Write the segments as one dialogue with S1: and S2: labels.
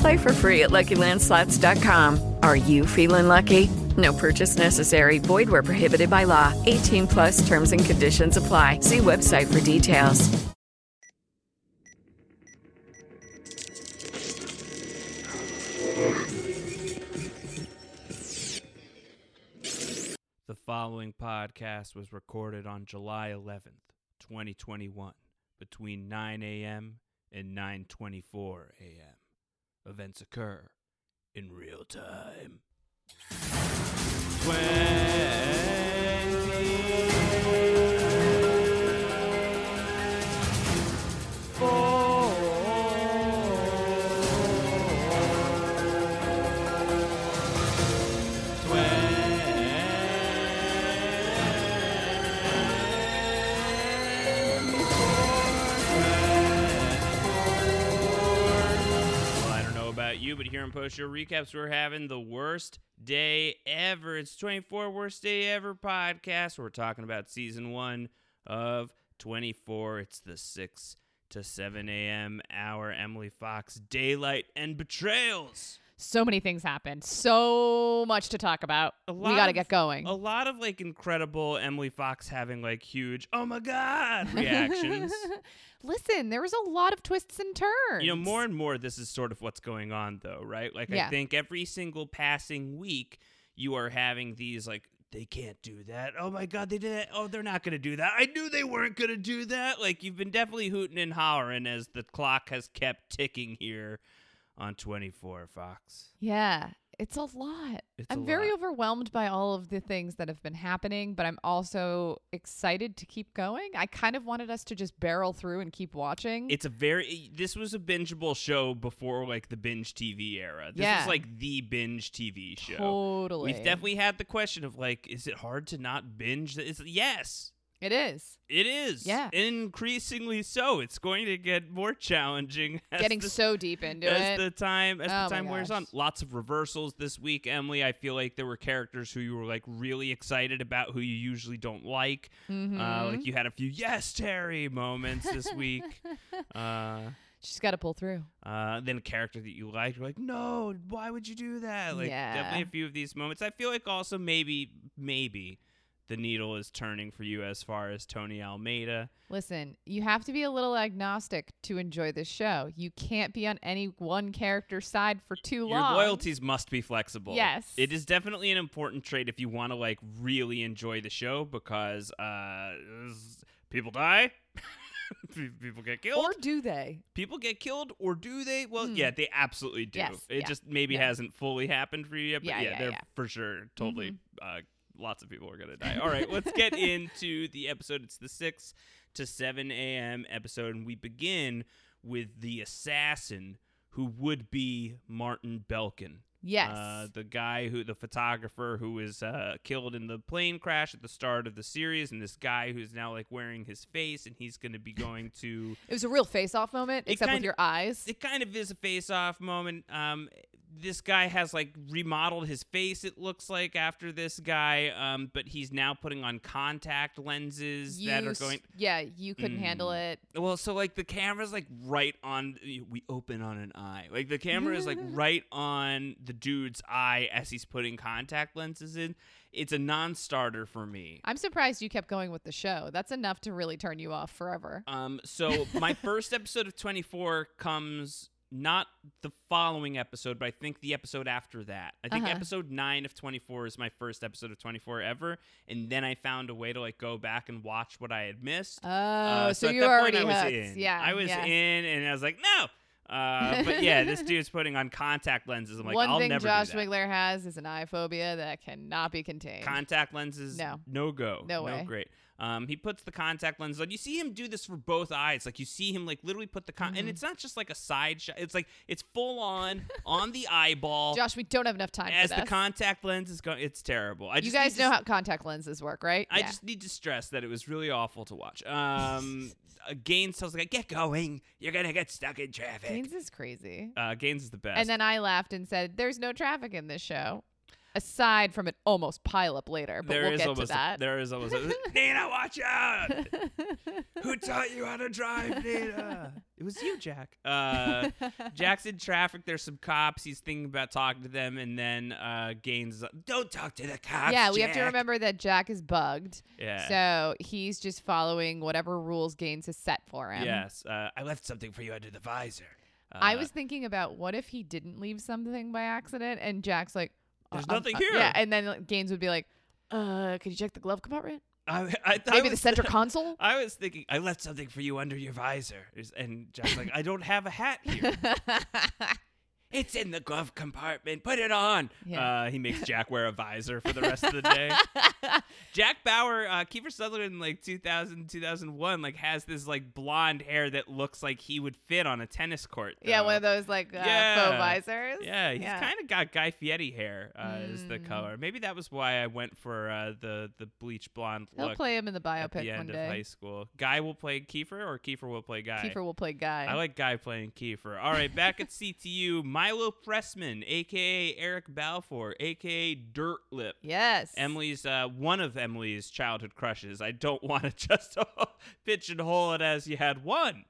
S1: Play for free at LuckyLandSlots.com. Are you feeling lucky? No purchase necessary. Void where prohibited by law. 18 plus terms and conditions apply. See website for details.
S2: The following podcast was recorded on July 11th, 2021, between 9 a.m. and 9:24 a.m. Events occur in real time. 24. Well, I don't know about you, but here on Post Show Recaps, we're having the worst day ever. It's 24 Worst Day Ever podcast. We're talking about season one of 24. It's the 6 to 7 a.m. hour. Emily Fox, Daylight and Betrayals.
S3: So many things happened. So much to talk about.
S2: A
S3: We
S2: lot
S3: got to
S2: of-
S3: get going.
S2: A lot of like incredible Emily Fox having like huge, oh my God reactions.
S3: Listen, there was a lot of twists and turns.
S2: You know, more and more, this is sort of what's going on, though, right? Like, I
S3: Yeah.
S2: think every single passing week, you are having these, like, they can't do that. Oh my God, they did it. Oh, they're not going to do that. I knew they weren't going to do that. Like, you've been definitely hooting and hollering as the clock has kept ticking here on 24 Fox.
S3: Yeah, it's a lot.
S2: It's a
S3: I'm very
S2: lot.
S3: overwhelmed by all of the things that have been happening, but I'm also excited to keep going. I kind of wanted us to just barrel through and keep watching.
S2: It's a very, this was a bingeable show before, like, the binge TV era. This
S3: Yeah.
S2: was, like, the binge TV show.
S3: totally.
S2: We've definitely had the question of, like, is it hard to not binge? It's, yes.
S3: It is.
S2: It is.
S3: Yeah.
S2: Increasingly so. It's going to get more challenging. As
S3: Getting
S2: the,
S3: so deep into
S2: as
S3: it.
S2: the time as
S3: Oh
S2: the
S3: my
S2: time wears
S3: gosh.
S2: on. Lots of reversals this week, Emily. I feel like there were characters who you were like really excited about who you usually don't like.
S3: Mm-hmm.
S2: Uh, like you had a few yes Terry moments this week. uh,
S3: She's got to pull through.
S2: uh, then a character that you liked, you're like, no, why would you do that? Like,
S3: Yeah.
S2: definitely a few of these moments. I feel like also maybe, maybe the needle is turning for you as far as Tony Almeida.
S3: Listen, you have to be a little agnostic to enjoy this show. You can't be on any one character's side for too
S2: Your
S3: long.
S2: loyalties must be flexible.
S3: Yes.
S2: It is definitely an important trait if you want to like really enjoy the show because uh s- people die. Pe- people get killed.
S3: Or do they?
S2: people get killed or do they? Well, yeah, they absolutely do.
S3: Mm. Yes,
S2: It
S3: yeah,
S2: just maybe
S3: no.
S2: hasn't fully happened for you yet, but
S3: Yeah,
S2: yeah,
S3: yeah,
S2: they're
S3: yeah. Mm-hmm.
S2: for sure totally uh lots of people are going to die. All right, let's get into the episode. It's the 6 to 7 a.m. episode and we begin with the assassin who would be Martin Belkin.
S3: Yes.
S2: Uh, the guy who, the photographer who was uh, killed in the plane crash at the start of the series, and this guy who's now like wearing his face, and he's going to be going to.
S3: It was a real face-off moment,
S2: It
S3: except with
S2: kinda-
S3: your eyes.
S2: It kind of is a face off moment. Um, this guy has like remodeled his face, it looks like, after this guy, um, but he's now putting on contact lenses that are
S3: s-
S2: going. Hmm.
S3: Yeah, you couldn't handle it.
S2: Well, so like the camera's like right on. We open on an eye. Like the camera is like right on the dude's eye as he's putting contact lenses in. It's a non-starter for me.
S3: I'm surprised you kept going with the show. That's enough
S2: Uh,
S3: to really turn you off forever.
S2: Um, so my first episode of 24 comes not the following episode, but I think the episode after that. I
S3: Uh-huh.
S2: think episode nine of 24 is my first episode of 24 ever, and then I found a way to like go back and watch what I had missed.
S3: Oh,
S2: Uh,
S3: so
S2: at
S3: you
S2: that
S3: were
S2: point,
S3: already
S2: I was
S3: hooked.
S2: in.
S3: Yeah,
S2: I was
S3: yeah.
S2: in, and I was like, no. Uh, but yeah, this dude's putting on contact lenses. I'm like,
S3: One
S2: I'll
S3: thing
S2: never
S3: Josh
S2: do that.
S3: Wiggler has is an eye phobia that cannot be contained.
S2: Contact lenses,
S3: No.
S2: go,
S3: No way.
S2: great. Um, he puts the contact lenses on. You see him do this for both eyes. Like you see him like literally put the con,
S3: Mm-hmm.
S2: and it's not just like a side shot. It's like it's full on on the eyeball.
S3: Josh, we don't have enough time
S2: as
S3: for
S2: the
S3: this.
S2: contact lens is going, it's terrible. I
S3: you
S2: just
S3: guys
S2: need to
S3: know
S2: s-
S3: how contact lenses work, right?
S2: I
S3: Yeah.
S2: just need to stress that it was really awful to watch. Um, uh, Gaines tells the guy, "Get going! You're gonna get stuck in traffic."
S3: Gaines is crazy.
S2: uh, Gaines is the best.
S3: And then I laughed and said, "There's no traffic in this show, aside from an almost pile up later." But
S2: There is
S3: we'll get
S2: almost
S3: to that.
S2: A, there is almost a, Nina, watch out! Who taught you how to drive, Nina? It was you, Jack. Uh, Jack's in traffic. There's some cops. He's thinking about talking to them, and then uh, Gaines, is like, don't talk to the cops.
S3: yeah, we have to
S2: Jack."
S3: remember that Jack is bugged.
S2: Yeah.
S3: So he's just following whatever rules Gaines has set for him.
S2: Yes, uh, I left something for you under the visor. Uh,
S3: I was thinking about what if he didn't leave something by accident, and Jack's like, uh,
S2: There's
S3: um,
S2: nothing
S3: uh,
S2: here.
S3: Yeah, and then like, Gaines would be like, "Uh, could you check the glove compartment?
S2: I, I, I
S3: Maybe the
S2: was-
S3: center console."
S2: I was thinking, I left something for you under your visor. Is- And Jack's like, I don't have a hat here. it's in the glove compartment. Put it on.
S3: Yeah.
S2: Uh, he makes Jack wear a visor for the rest of the day. Jack Bauer, uh, Kiefer Sutherland, in, like 2000, 2001, like has this like blonde hair that looks like he would fit on a tennis court.
S3: yeah,
S2: though.
S3: one of those like uh, faux visors.
S2: Yeah, he's kind of got Guy Fieri hair uh, is the
S3: Mm.
S2: color. Maybe that was why I went for uh, the the bleach blonde
S3: He'll
S2: look
S3: play him in the biopic
S2: at the
S3: one
S2: end of high
S3: day.
S2: school. Guy will play Kiefer, or Kiefer will play Guy.
S3: Kiefer will play Guy.
S2: I like Guy playing Kiefer. All right, back at CTU, Milo Pressman, aka Eric Balfour, aka Dirt Lip.
S3: Yes.
S2: Emily's uh, one of Emily's childhood crushes. I don't want to just pigeonhole it as you had one,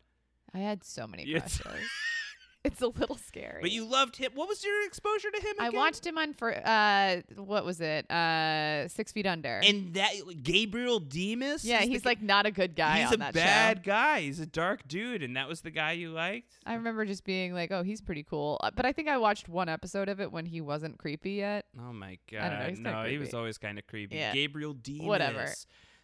S3: I had so many
S2: You-
S3: crushes. it's a little scary.
S2: but you loved him. What was your exposure to him?
S3: I
S2: again?
S3: watched him on for uh what was it? Uh Six Feet Under.
S2: and that Gabriel Demas.
S3: yeah,
S2: is the
S3: he's
S2: guy-
S3: like not a good guy
S2: he's
S3: on
S2: a
S3: that
S2: bad
S3: show.
S2: guy. He's a dark dude, and that was the guy you liked.
S3: I remember just being like, "Oh, he's pretty cool," Uh, but I think I watched one episode of it when he wasn't creepy yet.
S2: Oh my god!
S3: I don't know, he's kinda
S2: no, he was
S3: creepy.
S2: always kind of creepy.
S3: Yeah.
S2: Gabriel Demas.
S3: Whatever.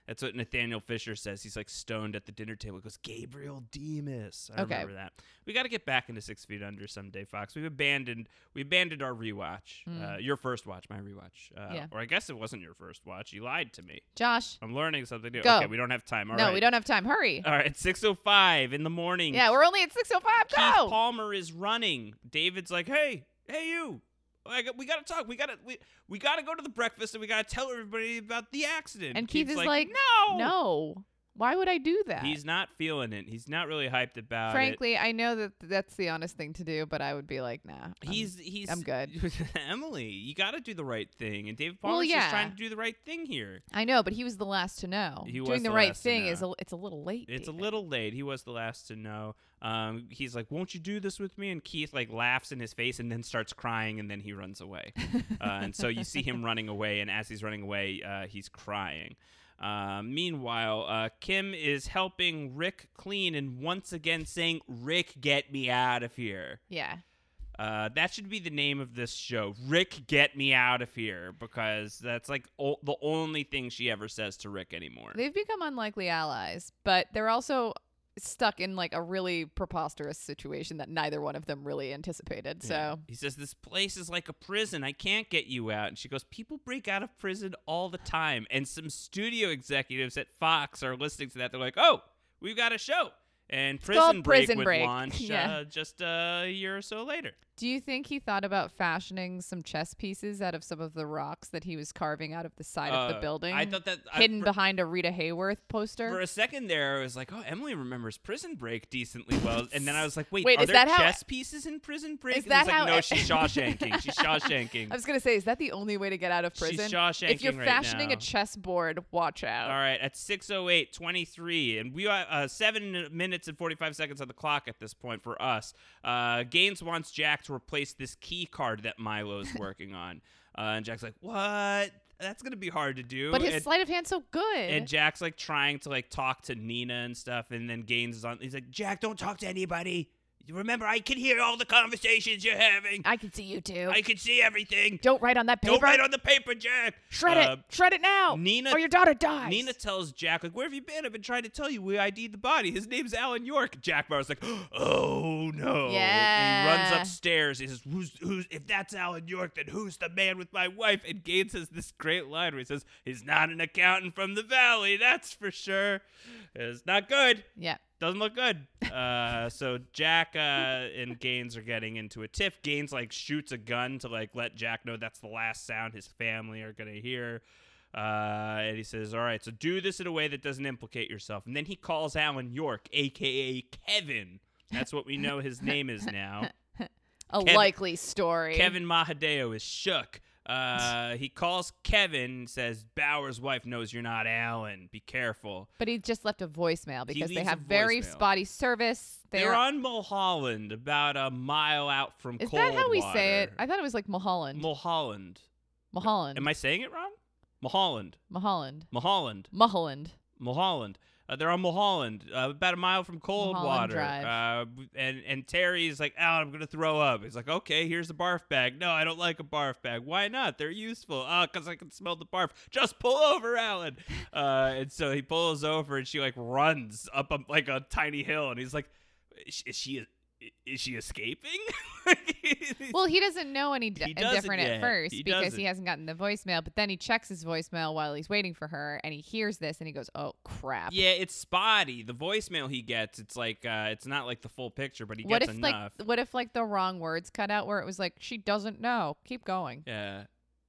S2: That's what Nathaniel Fisher says. He's like stoned at the dinner table. He goes, Gabriel Demas. I
S3: Okay.
S2: remember that. We got to get back into Six Feet Under someday, Fox. We've abandoned we abandoned our rewatch. Uh, your first watch, my rewatch. Uh,
S3: Hmm. Yeah.
S2: Or I guess it wasn't your first watch. You lied to me.
S3: Josh,
S2: I'm learning something new.
S3: Go.
S2: Okay, we don't have time. All
S3: no,
S2: right.
S3: we don't have time. Hurry!
S2: All right, 6:05 in the morning.
S3: yeah, we're only at six oh five.
S2: Keith
S3: Go.
S2: Palmer is running. David's like, "Hey, hey, you! I got, we gotta talk. We gotta, we, we gotta go to the breakfast, and we gotta tell everybody about the accident."
S3: and Keith
S2: Keith's
S3: is like,
S2: "No,
S3: no. Why would I do that?"
S2: He's not feeling it. He's not really hyped about it.
S3: Frankly, I know that that's the honest thing to do, but I would be like, "Nah." I'm-
S2: He's he's
S3: I'm good.
S2: Emily, you got to do the right thing, and David
S3: Well,
S2: Palmer's just
S3: yeah.
S2: trying to do the right thing here.
S3: I know, but he was the last to know.
S2: He
S3: Doing
S2: was
S3: the,
S2: the
S3: right
S2: last to
S3: thing is
S2: know.
S3: a, it's a little late.
S2: It's a
S3: David.
S2: little late. He was the last to know. Um, he's like, "Won't you do this with me?" And Keith like laughs in his face and then starts crying and then he runs away. uh, and so you see him running away, and as he's running away, uh, he's crying. Uh, meanwhile, uh, Kim is helping Rick clean and once again saying, "Rick, get me out of here."
S3: Yeah.
S2: Uh, that should be the name of this show, "Rick, get me out of here," because that's like o- the only thing she ever says to Rick anymore.
S3: They've become unlikely allies, but they're also stuck in like a really preposterous situation that neither one of them really anticipated.
S2: Yeah.
S3: So
S2: he says, This place is like a prison. I can't get you out. And she goes, People break out of prison all the time. And some studio executives at Fox are listening to that. They're like, Oh, we've got a show. And Prison
S3: called
S2: Break
S3: Prison
S2: would
S3: Break.
S2: launch
S3: Yeah.
S2: uh, just uh, a year or so later.
S3: do you think he thought about fashioning some chess pieces out of some of the rocks that he was carving out of the side of
S2: Uh,
S3: the building?
S2: I thought that I-
S3: hidden
S2: for-
S3: behind a Rita Hayworth poster.
S2: For a second there, I was like, "Oh, Emily remembers Prison Break decently well," and then I was like, "Wait,
S3: Wait,
S2: are
S3: is
S2: there
S3: that how-
S2: chess pieces in Prison Break?"
S3: Is
S2: and it's
S3: that how
S2: like, "No,
S3: e-
S2: she's Shawshanking. She's Shawshanking."
S3: I was gonna say, is that the only way to get out of
S2: She's
S3: prison? if
S2: Shawshanking
S3: you're
S2: right
S3: fashioning
S2: now.
S3: a chessboard, watch out.
S2: All right, at 608 23 and we are uh, 7 minutes and 45 seconds on the clock at this point for us. Uh, Gaines wants Jack to replace this key card that Milo's working on. Uh, and Jack's like, "What? That's going to be hard to do."
S3: But his
S2: and,
S3: sleight of hand's so good.
S2: and Jack's like trying to like talk to Nina and stuff and then Gaines is on he's like, "Jack, don't talk to anybody." Remember, I can hear all the conversations you're having.
S3: I can see you too.
S2: I can see everything.
S3: Don't write on that paper.
S2: Don't write on the paper, Jack.
S3: Shred
S2: Uh,
S3: it. Shred it now.
S2: Nina-
S3: Or your daughter dies.
S2: Nina tells Jack, like, where have you been? I've been trying to tell you. We ID'd the body. His name's Alan York. Jack Barr's like, oh no. And he
S3: Yeah.
S2: runs upstairs. He says, who's, who's, if that's Alan York, then who's the man with my wife? And Gaines says this great line where he says, he's not an accountant from the valley, that's for sure. It's not good.
S3: Yeah.
S2: Doesn't look good. Uh, so Jack uh, and Gaines are getting into a tiff. Gaines like shoots a gun to like let Jack know that's the last sound his family are gonna hear. Uh, and he says, "All right, so do this in a way that doesn't implicate yourself." And then he calls Alan York, aka Kevin. That's what we know his name is now.
S3: A
S2: Kev-
S3: likely story.
S2: Kevin Mahadeo is shook. Uh, he calls Kevin, says Bauer's wife knows you're not Alan. Be careful.
S3: But he just left a voicemail because they
S2: leaves a
S3: have very
S2: voicemail.
S3: spotty service. They
S2: They're
S3: are-
S2: on Mulholland, about a mile out from
S3: Is
S2: Coldwater.
S3: that how we say it? I thought it was like Mulholland.
S2: Mulholland.
S3: Mulholland.
S2: Am I saying it wrong? Mulholland.
S3: Mulholland.
S2: Mulholland.
S3: Mulholland.
S2: Mulholland. Uh, they're on Mulholland, uh, about a mile from
S3: Mulholland
S2: Coldwater. Uh, and and Terry's like, "Alan, I'm gonna throw up." He's like, "Okay, here's the barf bag." No, I don't like a barf bag. Why not? They're useful. Oh, cause I can smell the barf. Just pull over, Alan. Uh, and so he pulls over, and she like runs up a, like a tiny hill, and he's like, "Is, is she is she escaping?"
S3: Well, he doesn't know any d- uh,
S2: He doesn't
S3: different
S2: yet.
S3: at first
S2: He
S3: because
S2: doesn't.
S3: he hasn't gotten the voicemail. But then he checks his voicemail while he's waiting for her, and he hears this, and he goes, "Oh crap!"
S2: Yeah, it's spotty. The voicemail he gets, it's like uh, it's not like the full picture, but he
S3: what
S2: gets
S3: if
S2: enough.
S3: like what if like the wrong words cut out where it was like she doesn't know? Keep going.
S2: yeah,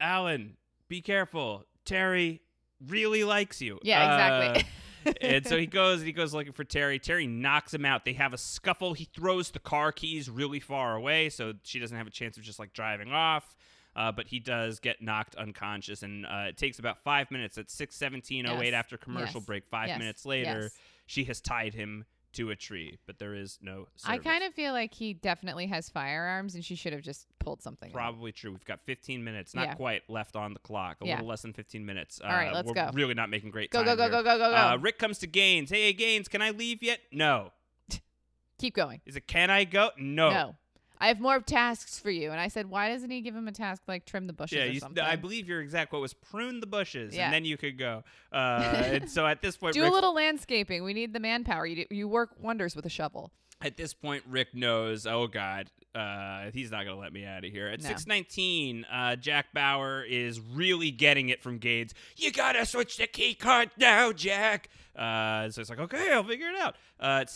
S2: Uh, Alan, be careful. Terry really likes you.
S3: Yeah, exactly.
S2: Uh, and so he goes and he goes looking for Terry. Terry knocks him out. They have a scuffle. He throws the car keys really far away, so she doesn't have a chance of just like driving off. Uh, but he does get knocked unconscious, and uh, it takes about five minutes. At six seventeen oh eight
S3: Yes,
S2: after commercial
S3: yes,
S2: break, five
S3: yes,
S2: minutes later,
S3: yes.
S2: she has tied him to a tree, but there is no. Service.
S3: I kind of feel like he definitely has firearms, and she should have just pulled something. out.
S2: Probably true. We've got 15 minutes, not
S3: Yeah.
S2: quite left on the clock. A
S3: Yeah.
S2: little less than 15 minutes. Uh,
S3: All right, let's
S2: we're
S3: go.
S2: Really not making great
S3: Go,
S2: time.
S3: go, go,
S2: here.
S3: go, go, go, go.
S2: Uh, Rick comes to Gaines. Hey, Gaines, can I leave yet? No.
S3: Keep going.
S2: Is it can I go? No.
S3: No. I have more tasks for you. And I said, why doesn't he give him a task like trim the bushes
S2: Yeah,
S3: or
S2: you,
S3: something?
S2: I believe your exact quote was prune the bushes,
S3: Yeah.
S2: and then you could go. Uh, and so at this point,
S3: Do a
S2: Rick's-
S3: little landscaping. We need the manpower. You, do, you work wonders with a shovel.
S2: at this point rick knows oh god uh, he's not gonna let me out of here at
S3: No.
S2: 619 uh, jack bauer is really getting it from gaines you gotta switch the key card now jack uh, so it's like okay i'll figure it out uh, at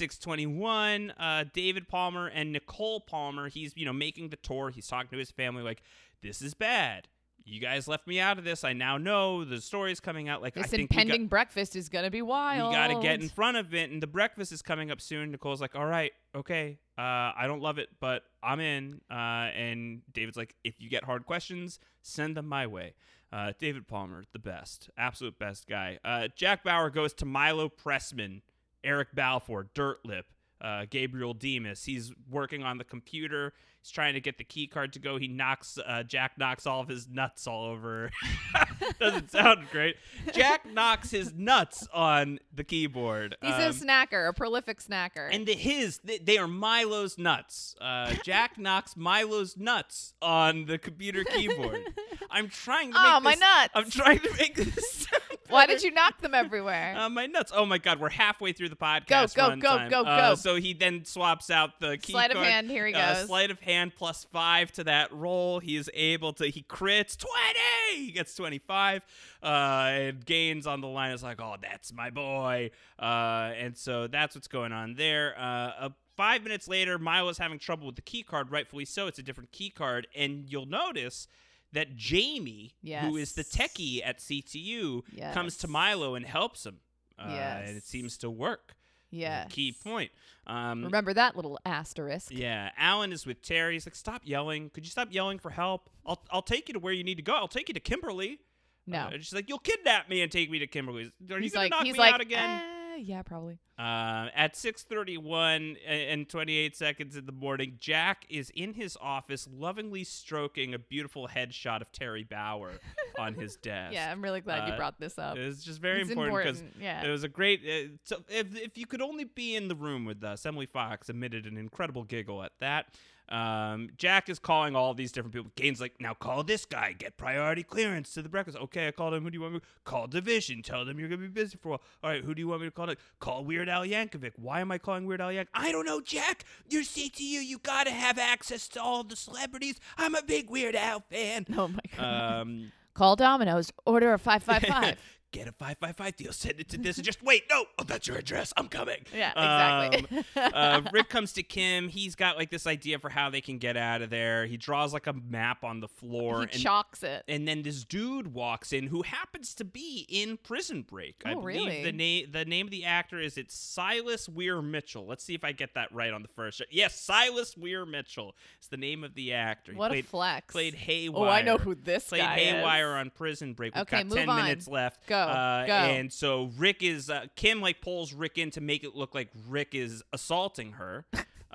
S2: 621 uh, david palmer and nicole palmer he's you know making the tour he's talking to his family like this is bad you guys left me out of this i now know the story's coming out like i
S3: This
S2: think we got-
S3: impending breakfast is going to be wild.
S2: we got to get in front of it, and the breakfast is coming up soon. Nicole's like, "All right, okay, uh, I don't love it, but I'm in." Uh, and David's like, "If you get hard questions, send them my way." Uh, David Palmer, the best, absolute best guy. Uh, Jack Bauer goes to Milo Pressman, Eric Balfour, Dirtlip, uh, Gabriel Demas. He's working on the computer. He's trying to get the key card to go. He knocks uh, Jack knocks all of his nuts all over. Doesn't sound great. Jack knocks his nuts on the keyboard.
S3: He's
S2: Um,
S3: a snacker, a prolific snacker.
S2: and the his they, they are Milo's nuts. Uh, Jack knocks Milo's nuts on the computer keyboard. I'm trying to make
S3: Oh, my
S2: this-
S3: nuts.
S2: I'm trying to make this. sound
S3: why
S2: better.
S3: did you knock them everywhere?
S2: Uh, my nuts. Oh my God, we're halfway through the podcast.
S3: go,
S2: runtime.
S3: go, go,
S2: Uh,
S3: go.
S2: so he then swaps out the key
S3: Sleight of
S2: card.
S3: hand, here he
S2: Uh,
S3: goes.
S2: Sleight of hand plus five to that roll. He is able to. He crits twenty. He gets twenty five. Uh, and gains on the line is like, oh, that's my boy. Uh, and so that's what's going on there. Uh, uh, Five minutes later, Milo's having trouble with the key card, rightfully so. It's a different key card. And you'll notice that Jamie, who is the
S3: Yes.
S2: techie at CTU, comes to
S3: Yes.
S2: Milo and helps him. Uh, And it
S3: Yes.
S2: seems to work.
S3: yeah.
S2: Key point. Um,
S3: Remember that little asterisk.
S2: yeah, Alan is with Terry. He's like, "Stop yelling! Could you stop yelling for help? I'll I'll take you to where you need to go. I'll take you to Kimberly."
S3: No.
S2: Uh, she's like, "You'll kidnap me and take me to Kimberly. Are you
S3: he's
S2: gonna
S3: like,
S2: knock
S3: he's
S2: me
S3: like,
S2: out again?"
S3: "Ah, Eh, yeah, probably.
S2: Uh, at 6:31 a- and 28 seconds in the morning, Jack is in his office, lovingly stroking a beautiful headshot of Terry Bauer on his desk.
S3: Yeah, I'm really glad you
S2: Uh,
S3: brought this up.
S2: It's just very
S3: It's
S2: important because
S3: important, yeah.
S2: it was a great. Uh, so if if you could only be in the room with us, Emily Fox emitted an incredible giggle at that. Um, Jack is calling all these different people. Gaines like, now call this guy, get priority clearance to the breakfast. Okay, I called him. Who do you want me? to Call division. Tell them you're gonna be busy for a while. All right, who do you want me to call? Next? Call Weird Al Yankovic. Why am I calling Weird Al Yankovic? I don't know, Jack. You're CTU. You gotta have access to all the celebrities. I'm a big Weird Al fan.
S3: oh my god.
S2: Um,
S3: Call Domino's. Order a five five five.
S2: Get a 555 deal, send it to this, and just wait. No, oh, that's your address. I'm coming.
S3: Yeah, exactly.
S2: Um, uh, Rick comes to Kim. He's got like this idea for how they can get out of there. He draws like a map on the floor.
S3: He
S2: and,
S3: chalks it.
S2: and then this dude walks in who happens to be in Prison Break. I
S3: Oh,
S2: believe
S3: really?
S2: the name the name of the actor is it's Silas Weir Mitchell. Let's see if I get that right on the first. shot. Yes, Silas Weir Mitchell. It's the name of the actor. He
S3: What a
S2: played-
S3: flex.
S2: Played Haywire.
S3: Oh, I know who this
S2: played
S3: guy is.
S2: Haywire on Prison Break. We've
S3: Okay,
S2: got
S3: move
S2: ten
S3: on.
S2: minutes left.
S3: Go,
S2: uh,
S3: go.
S2: And so Rick is uh, Kim like pulls Rick in to make it look like Rick is assaulting her.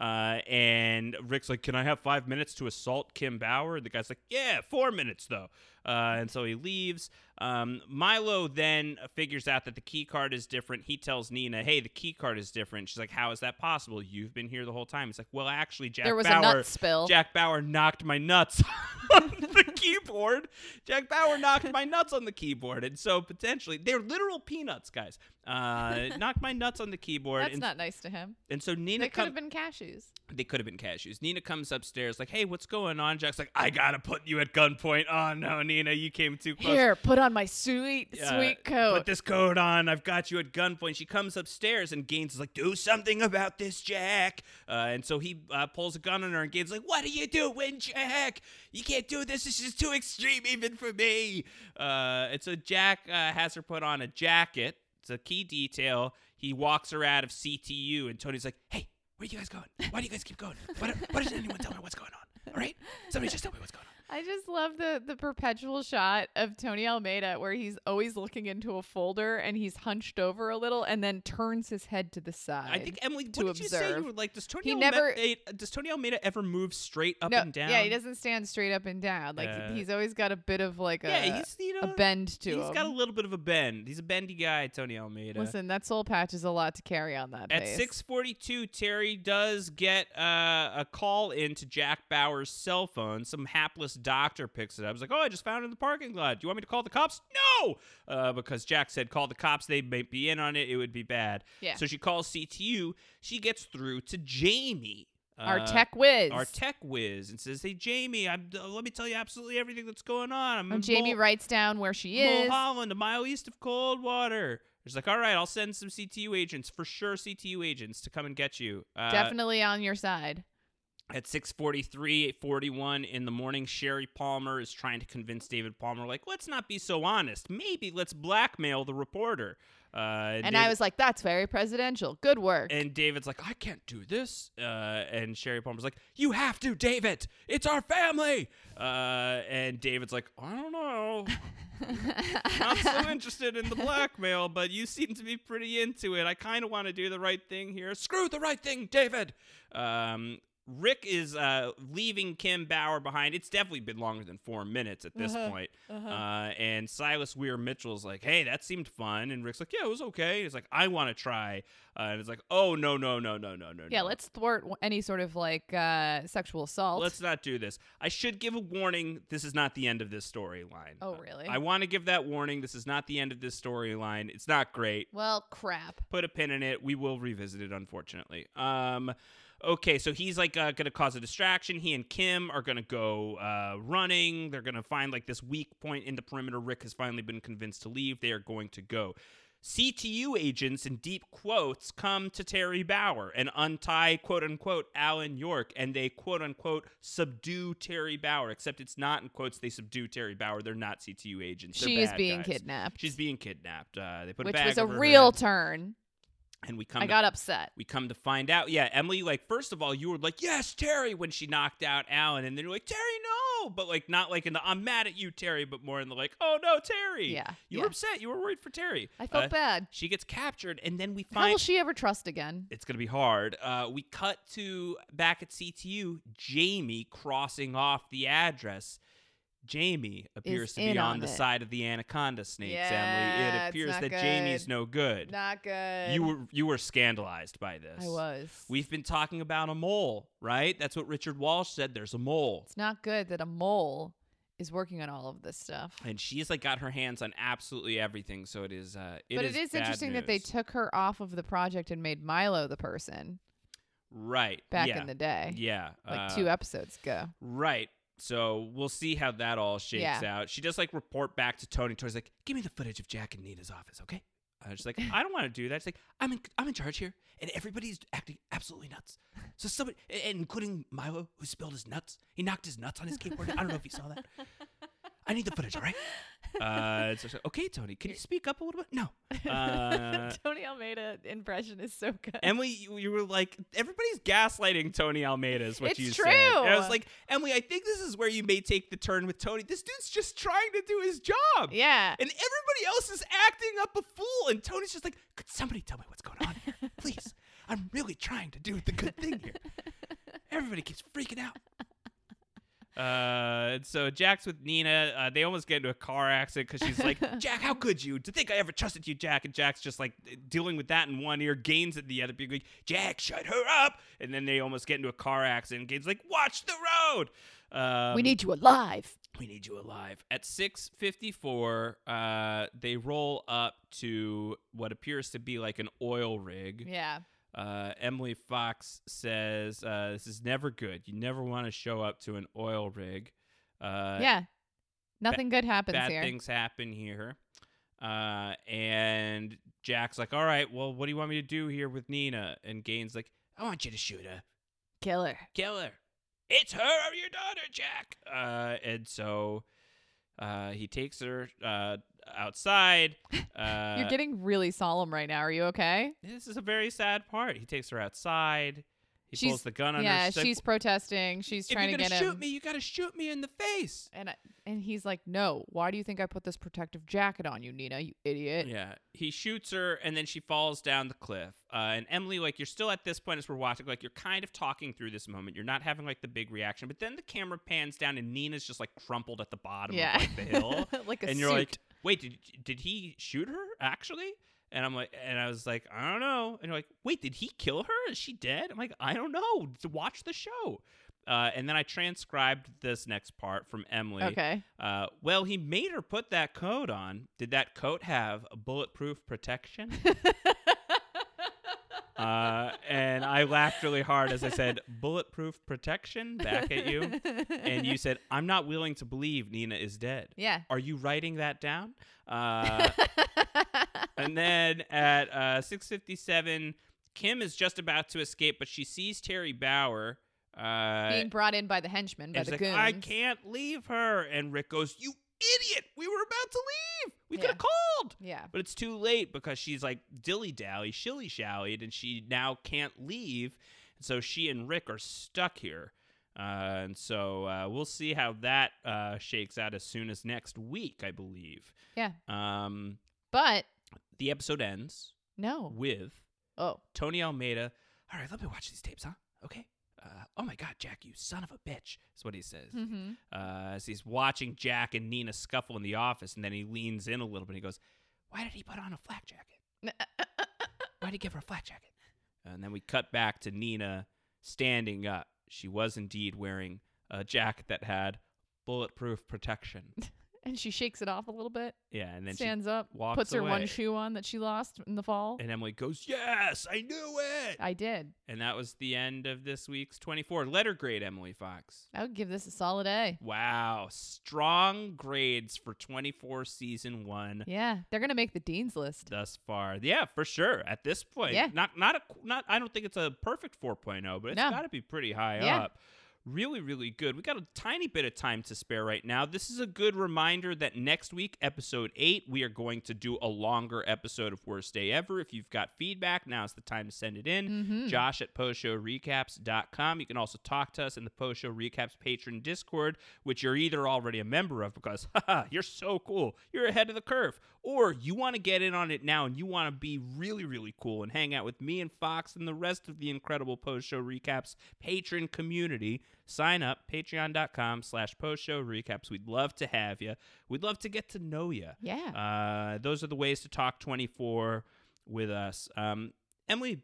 S2: Uh, and Rick's like, "Can I have five minutes to assault Kim Bauer?" And the guy's like, "Yeah, four minutes though." Uh, and so he leaves. Um, Milo then figures out that the key card is different. He tells Nina, "Hey, the key card is different." She's like, "How is that possible? You've been here the whole time." He's like, "Well, actually, Jack
S3: There was a
S2: Bauer,
S3: nut spill."
S2: Jack Bauer knocked my nuts on the keyboard. Jack Bauer knocked my nuts on the keyboard, and so potentially they're literal peanuts, guys. Uh, knocked my nuts on the keyboard.
S3: That's
S2: and,
S3: not nice to him.
S2: and so
S3: It
S2: Nina
S3: they could have
S2: comes
S3: been cashews.
S2: they could have been cashews. Nina comes upstairs, like, hey, what's going on? Jack's like, I gotta put you at gunpoint. Oh no, Nina, you came too close.
S3: Here, put on my sweet,
S2: Uh,
S3: sweet coat.
S2: Put this coat on. I've got you at gunpoint. She comes upstairs and Gaines is like, do something about this, Jack. Uh, and so he uh, pulls a gun on her and Gaines is like, what are you doing, Jack? You can't do this. This is too extreme even for me. Uh, and so Jack uh, has her put on a jacket. It's a key detail. He walks her out of CTU and Tony's like, hey, where you guys going? Why do you guys keep going? Why, don't- why doesn't anyone tell me what's going on? All right? Somebody just tell me what's going on.
S3: I just love the the perpetual shot of Tony Almeida where he's always looking into a folder and he's hunched over a little and then turns his head to the side.
S2: I think Emily,
S3: to
S2: what did you say? You
S3: observe.
S2: were like, does Tony
S3: He
S2: Almeida,
S3: never-
S2: does Tony Almeida ever move straight up
S3: no,
S2: and down?
S3: Yeah, he doesn't stand straight up and down. Like
S2: Yeah.
S3: he's always got a bit of like a,
S2: Yeah, he's you know
S3: a bend to
S2: He's
S3: him.
S2: got a little bit of a bend. He's a bendy guy, Tony Almeida.
S3: Listen, that soul patch is a lot to carry on that
S2: At
S3: face.
S2: 6:42, Terry does get uh, a call into Jack Bauer's cell phone. Some hapless doctor picks it up. He's like, "Oh, I just found it in the parking lot. Do you want me to call the cops?" No, uh, because Jack said, "Call the cops. They may be in on it. It would be bad."
S3: Yeah.
S2: So she calls CTU. She gets through to Jamie.
S3: Our
S2: Uh,
S3: tech whiz.
S2: our tech whiz and says, "Hey Jamie, I'm, uh, let me tell you absolutely everything that's going on." I'm
S3: When
S2: in
S3: Jamie
S2: Mul-
S3: writes down where she is.
S2: Mulholland, a mile east of Coldwater. She's like, "All right, I'll send some CTU agents for sure, CTU agents to come and get you." Uh,
S3: Definitely on your side.
S2: At 6:43, 41 in the morning, Sherry Palmer is trying to convince David Palmer, like, "Let's not be so honest. Maybe let's blackmail the reporter." Uh,
S3: And
S2: David-
S3: I was like, that's very presidential. Good work.
S2: and David's like, I can't do this. Uh, and Sherry Palmer's like, You have to, David. It's our family. Uh, and David's like, I don't know. Not so interested in the blackmail, but you seem to be pretty into it. I kind of want to do the right thing here. Screw the right thing, David. Um, Rick is uh, leaving Kim Bauer behind. It's definitely been longer than four minutes at this
S3: Uh-huh.
S2: point. uh and Silas Weir Mitchell's like, hey, that seemed fun. And Rick's like, yeah, it was okay. He's like, I want to try. Uh, and it's like, oh, no, no, no, no, no, no.
S3: yeah,
S2: no.
S3: let's thwart w- any sort of like uh, sexual assault.
S2: Let's not do this. I should give a warning. This is not the end of this storyline.
S3: Oh, really?
S2: I want to give that warning. This is not the end of this storyline. It's not great.
S3: well, crap.
S2: put a pin in it. We will revisit it, unfortunately. Um, okay, so he's like uh, gonna cause a distraction. He and Kim are gonna go uh, running. They're gonna find like this weak point in the perimeter. Rick has finally been convinced to leave. They are going to go. CTU agents in deep quotes come to Terry Bauer and untie quote unquote Alan York and they quote unquote subdue Terry Bauer. Except it's not in quotes, they subdue Terry Bauer. They're not CTU agents. They're
S3: She is
S2: bad
S3: being
S2: guys.
S3: kidnapped.
S2: She's being kidnapped. Uh, they put a
S3: Which
S2: bag
S3: was a
S2: over her
S3: real
S2: head,
S3: turn.
S2: and we come
S3: I
S2: to
S3: got upset.
S2: we come to find out, yeah, Emily, like, first of all, you were like, yes, Terry, when she knocked out Alan. And then you're like, Terry, no. oh, but like not like in the I'm mad at you, Terry, but more in the like, oh no, Terry.
S3: Yeah,
S2: You
S3: yeah.
S2: were upset. You were worried for Terry.
S3: I felt
S2: Uh,
S3: bad.
S2: She gets captured, and then we
S3: How
S2: find
S3: will she ever trust again?
S2: it's gonna be hard. Uh, we cut to back at CTU, Jamie crossing off the address. Jamie appears to be
S3: in
S2: on,
S3: on
S2: the
S3: it.
S2: side of the anaconda snakes, Emily.
S3: Yeah,
S2: It
S3: it's
S2: appears
S3: not
S2: that Jamie's
S3: good.
S2: no good.
S3: Not good.
S2: you were you were scandalized by this.
S3: I was.
S2: We've been talking about a mole, right? That's what Richard Walsh said. There's a mole.
S3: It's not good that a mole is working on all of this stuff.
S2: And she's like got her hands on absolutely everything, so it is. Uh,
S3: but it is
S2: bad
S3: interesting that they
S2: news.
S3: took her off of the project and made Milo the person
S2: right
S3: back
S2: yeah,
S3: in the day.
S2: yeah
S3: Like
S2: uh,
S3: two episodes ago.
S2: Right. So we'll see how that all shakes
S3: Yeah.
S2: out. She does like report back to Tony. Tony's like, "Give me the footage of Jack and Nina's office, okay?" I was just like, "I don't want to do that." She's like, "I'm in, I'm in charge here, and everybody's acting absolutely nuts. So somebody, and- and including Milo, who spilled his nuts. He knocked his nuts on his keyboard. I don't know if you saw that. I need the footage, all right?" Uh, it's just like, okay, Tony, can you speak up a little bit? No. Uh,
S3: Tony Almeida impression is so good.
S2: Emily, you, you were like, everybody's gaslighting Tony Almeida, is what
S3: It's
S2: you
S3: true.
S2: said. And I was like, Emily, I think this is where you may take the turn with Tony. This dude's just trying to do his job.
S3: yeah.
S2: And everybody else is acting up a fool. And Tony's just like, could somebody tell me what's going on here? Please. I'm really trying to do the good thing here. Everybody keeps freaking out. Uh, and so Jack's with Nina. Uh, they almost get into a car accident because she's like, Jack, how could you? To think I ever trusted you, Jack. And Jack's just like dealing with that in one ear, Gaines at the other, being like, Jack, shut her up. And then they almost get into a car accident. Gaines like, watch the road. Um,
S3: we need you alive.
S2: we need you alive. At 6:54, uh, they roll up to what appears to be like an oil rig.
S3: Yeah.
S2: Uh, Emily Fox says, uh, "This is never good. You never want to show up to an oil rig. Uh,
S3: yeah. Nothing good happens
S2: bad
S3: here.
S2: things happen here." Uh, and Jack's like, "All right, well, what do you want me to do here with Nina?" And Gaines like, "I want you to shoot her."
S3: Killer.
S2: kill her. It's her or your daughter, Jack. Uh, and so uh, he takes her uh, outside. Uh,
S3: You're getting really solemn right now. Are you okay?
S2: this is a very sad part. He takes her outside. He pulls the gun on her.
S3: yeah,
S2: like,
S3: she's protesting. She's
S2: if
S3: trying
S2: you're
S3: to
S2: gonna
S3: get
S2: shoot
S3: him.
S2: me, you gotta shoot me in the face.
S3: And I, and he's like, "No, why do you think I put this protective jacket on you, Nina? You idiot!"
S2: Yeah, he shoots her, and then she falls down the cliff. Uh, and Emily, like, you're still at this point as we're watching, like, you're kind of talking through this moment. You're not having like the big reaction, but then the camera pans down, and Nina's just like crumpled at the bottom
S3: Yeah.
S2: of like, the hill,
S3: Like a
S2: and you're
S3: suit.
S2: like, wait, did did he shoot her actually? And I'm like, and I was like, I don't know. And you're like, wait, did he kill her? Is she dead? I'm like, I don't know. Watch the show. Uh, and then I transcribed this next part from Emily.
S3: Okay.
S2: Uh, well, he made her put that coat on. Did that coat have bulletproof protection? uh, and I laughed really hard as I said, bulletproof protection back at you. And you said, I'm not willing to believe Nina is dead.
S3: Yeah.
S2: Are you writing that down? Uh, and then at uh, 6.57, Kim is just about to escape, but she sees Terry Bauer. Uh,
S3: Being brought in by the henchmen, by
S2: and
S3: the
S2: she's
S3: goons.
S2: like, I can't leave her. And Rick goes, You idiot! We were about to leave. We could have
S3: Yeah.
S2: called.
S3: Yeah.
S2: But it's too late because she's like dilly dally, shilly shallied, and she now can't leave. And so she and Rick are stuck here. Uh, and so uh, we'll see how that uh, shakes out as soon as next week, I believe.
S3: Yeah.
S2: Um,
S3: But
S2: the episode ends
S3: no.
S2: with
S3: Oh.
S2: Tony Almeida. All right, let me watch these tapes, huh? Okay. Uh, oh my God, Jack, you son of a bitch, is what he says.
S3: Mm-hmm.
S2: Uh, as he's watching Jack and Nina scuffle in the office, and then he leans in a little bit and he goes, Why did he put on a flak jacket? Why did he give her a flak jacket? And then we cut back to Nina standing up. She was indeed wearing a jacket that had bulletproof protection.
S3: And she shakes it off a little bit,
S2: Yeah, and then
S3: stands
S2: she
S3: up,
S2: walks
S3: puts her one
S2: away.
S3: shoe on that she lost in the fall.
S2: And Emily goes, Yes, I knew it.
S3: I did.
S2: And that was the end of this week's 24 letter grade, Emily Fox.
S3: I would give this a solid A.
S2: Wow, strong grades for 24 season one.
S3: Yeah, they're gonna make the dean's list.
S2: thus far. Yeah, for sure. At this point,
S3: Yeah.
S2: not not a, not. I don't think it's a perfect 4.0, oh, but it's
S3: No.
S2: got to be pretty high
S3: Yeah.
S2: up. really, really good. We got a tiny bit of time to spare right now. This is a good reminder that next week, episode eight, we are going to do a longer episode of Worst Day Ever. If you've got feedback, now's the time to send it in.
S3: Mm-hmm.
S2: Josh at postshowrecaps.com. You can also talk to us in the Post Show Recaps patron Discord, which you're either already a member of because haha, you're so cool, you're ahead of the curve, or you want to get in on it now and you want to be really, really cool and hang out with me and Fox and the rest of the incredible Post Show Recaps patron community. Sign up, patreon.com slash post show recaps. We'd love to have you. We'd love to get to know you.
S3: Yeah.
S2: Uh, those are the ways to talk 24 with us. Um, Emily,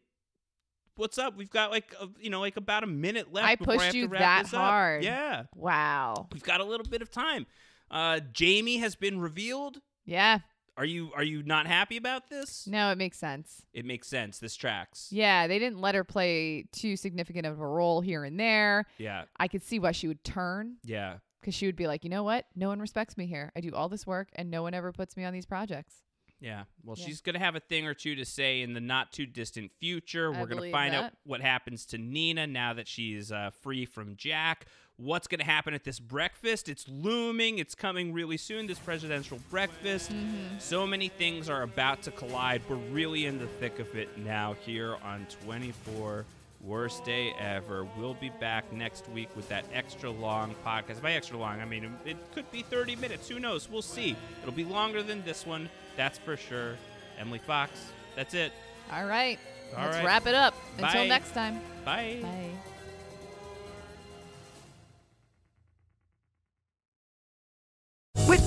S2: what's up? We've got like, a, you know, like about a minute left.
S3: I
S2: before
S3: pushed
S2: have to
S3: you
S2: wrap
S3: that
S2: this up.
S3: hard.
S2: Yeah.
S3: Wow.
S2: We've got a little bit of time. Uh, Jamie has been revealed.
S3: Yeah.
S2: Are you are you not happy about this?
S3: No, it makes sense.
S2: It makes sense. This tracks.
S3: Yeah, they didn't let her play too significant of a role here and there.
S2: Yeah.
S3: I could see why she would turn
S2: Yeah.
S3: because she would be like, you know what? No one respects me here. I do all this work and no one ever puts me on these projects.
S2: Yeah. Well,
S3: Yeah.
S2: she's going to have a thing or two to say in the not too distant future.
S3: I
S2: We're going to
S3: believe
S2: find out
S3: that.
S2: what happens to Nina now that she's uh, free from Jack. What's going to happen at this breakfast? It's looming. It's coming really soon, this presidential breakfast. So many things are about to collide. We're really in the thick of it now here on 24 Worst Day Ever. We'll be back next week with that extra long podcast. By extra long, I mean um, it could be 30 minutes. Who knows? We'll see. It'll be longer than this one. That's for sure. Emily Fox, that's it.
S3: All right.
S2: All
S3: let's
S2: right.
S3: wrap it up.
S2: Bye.
S3: Until next time.
S2: Bye.
S3: Bye.
S1: With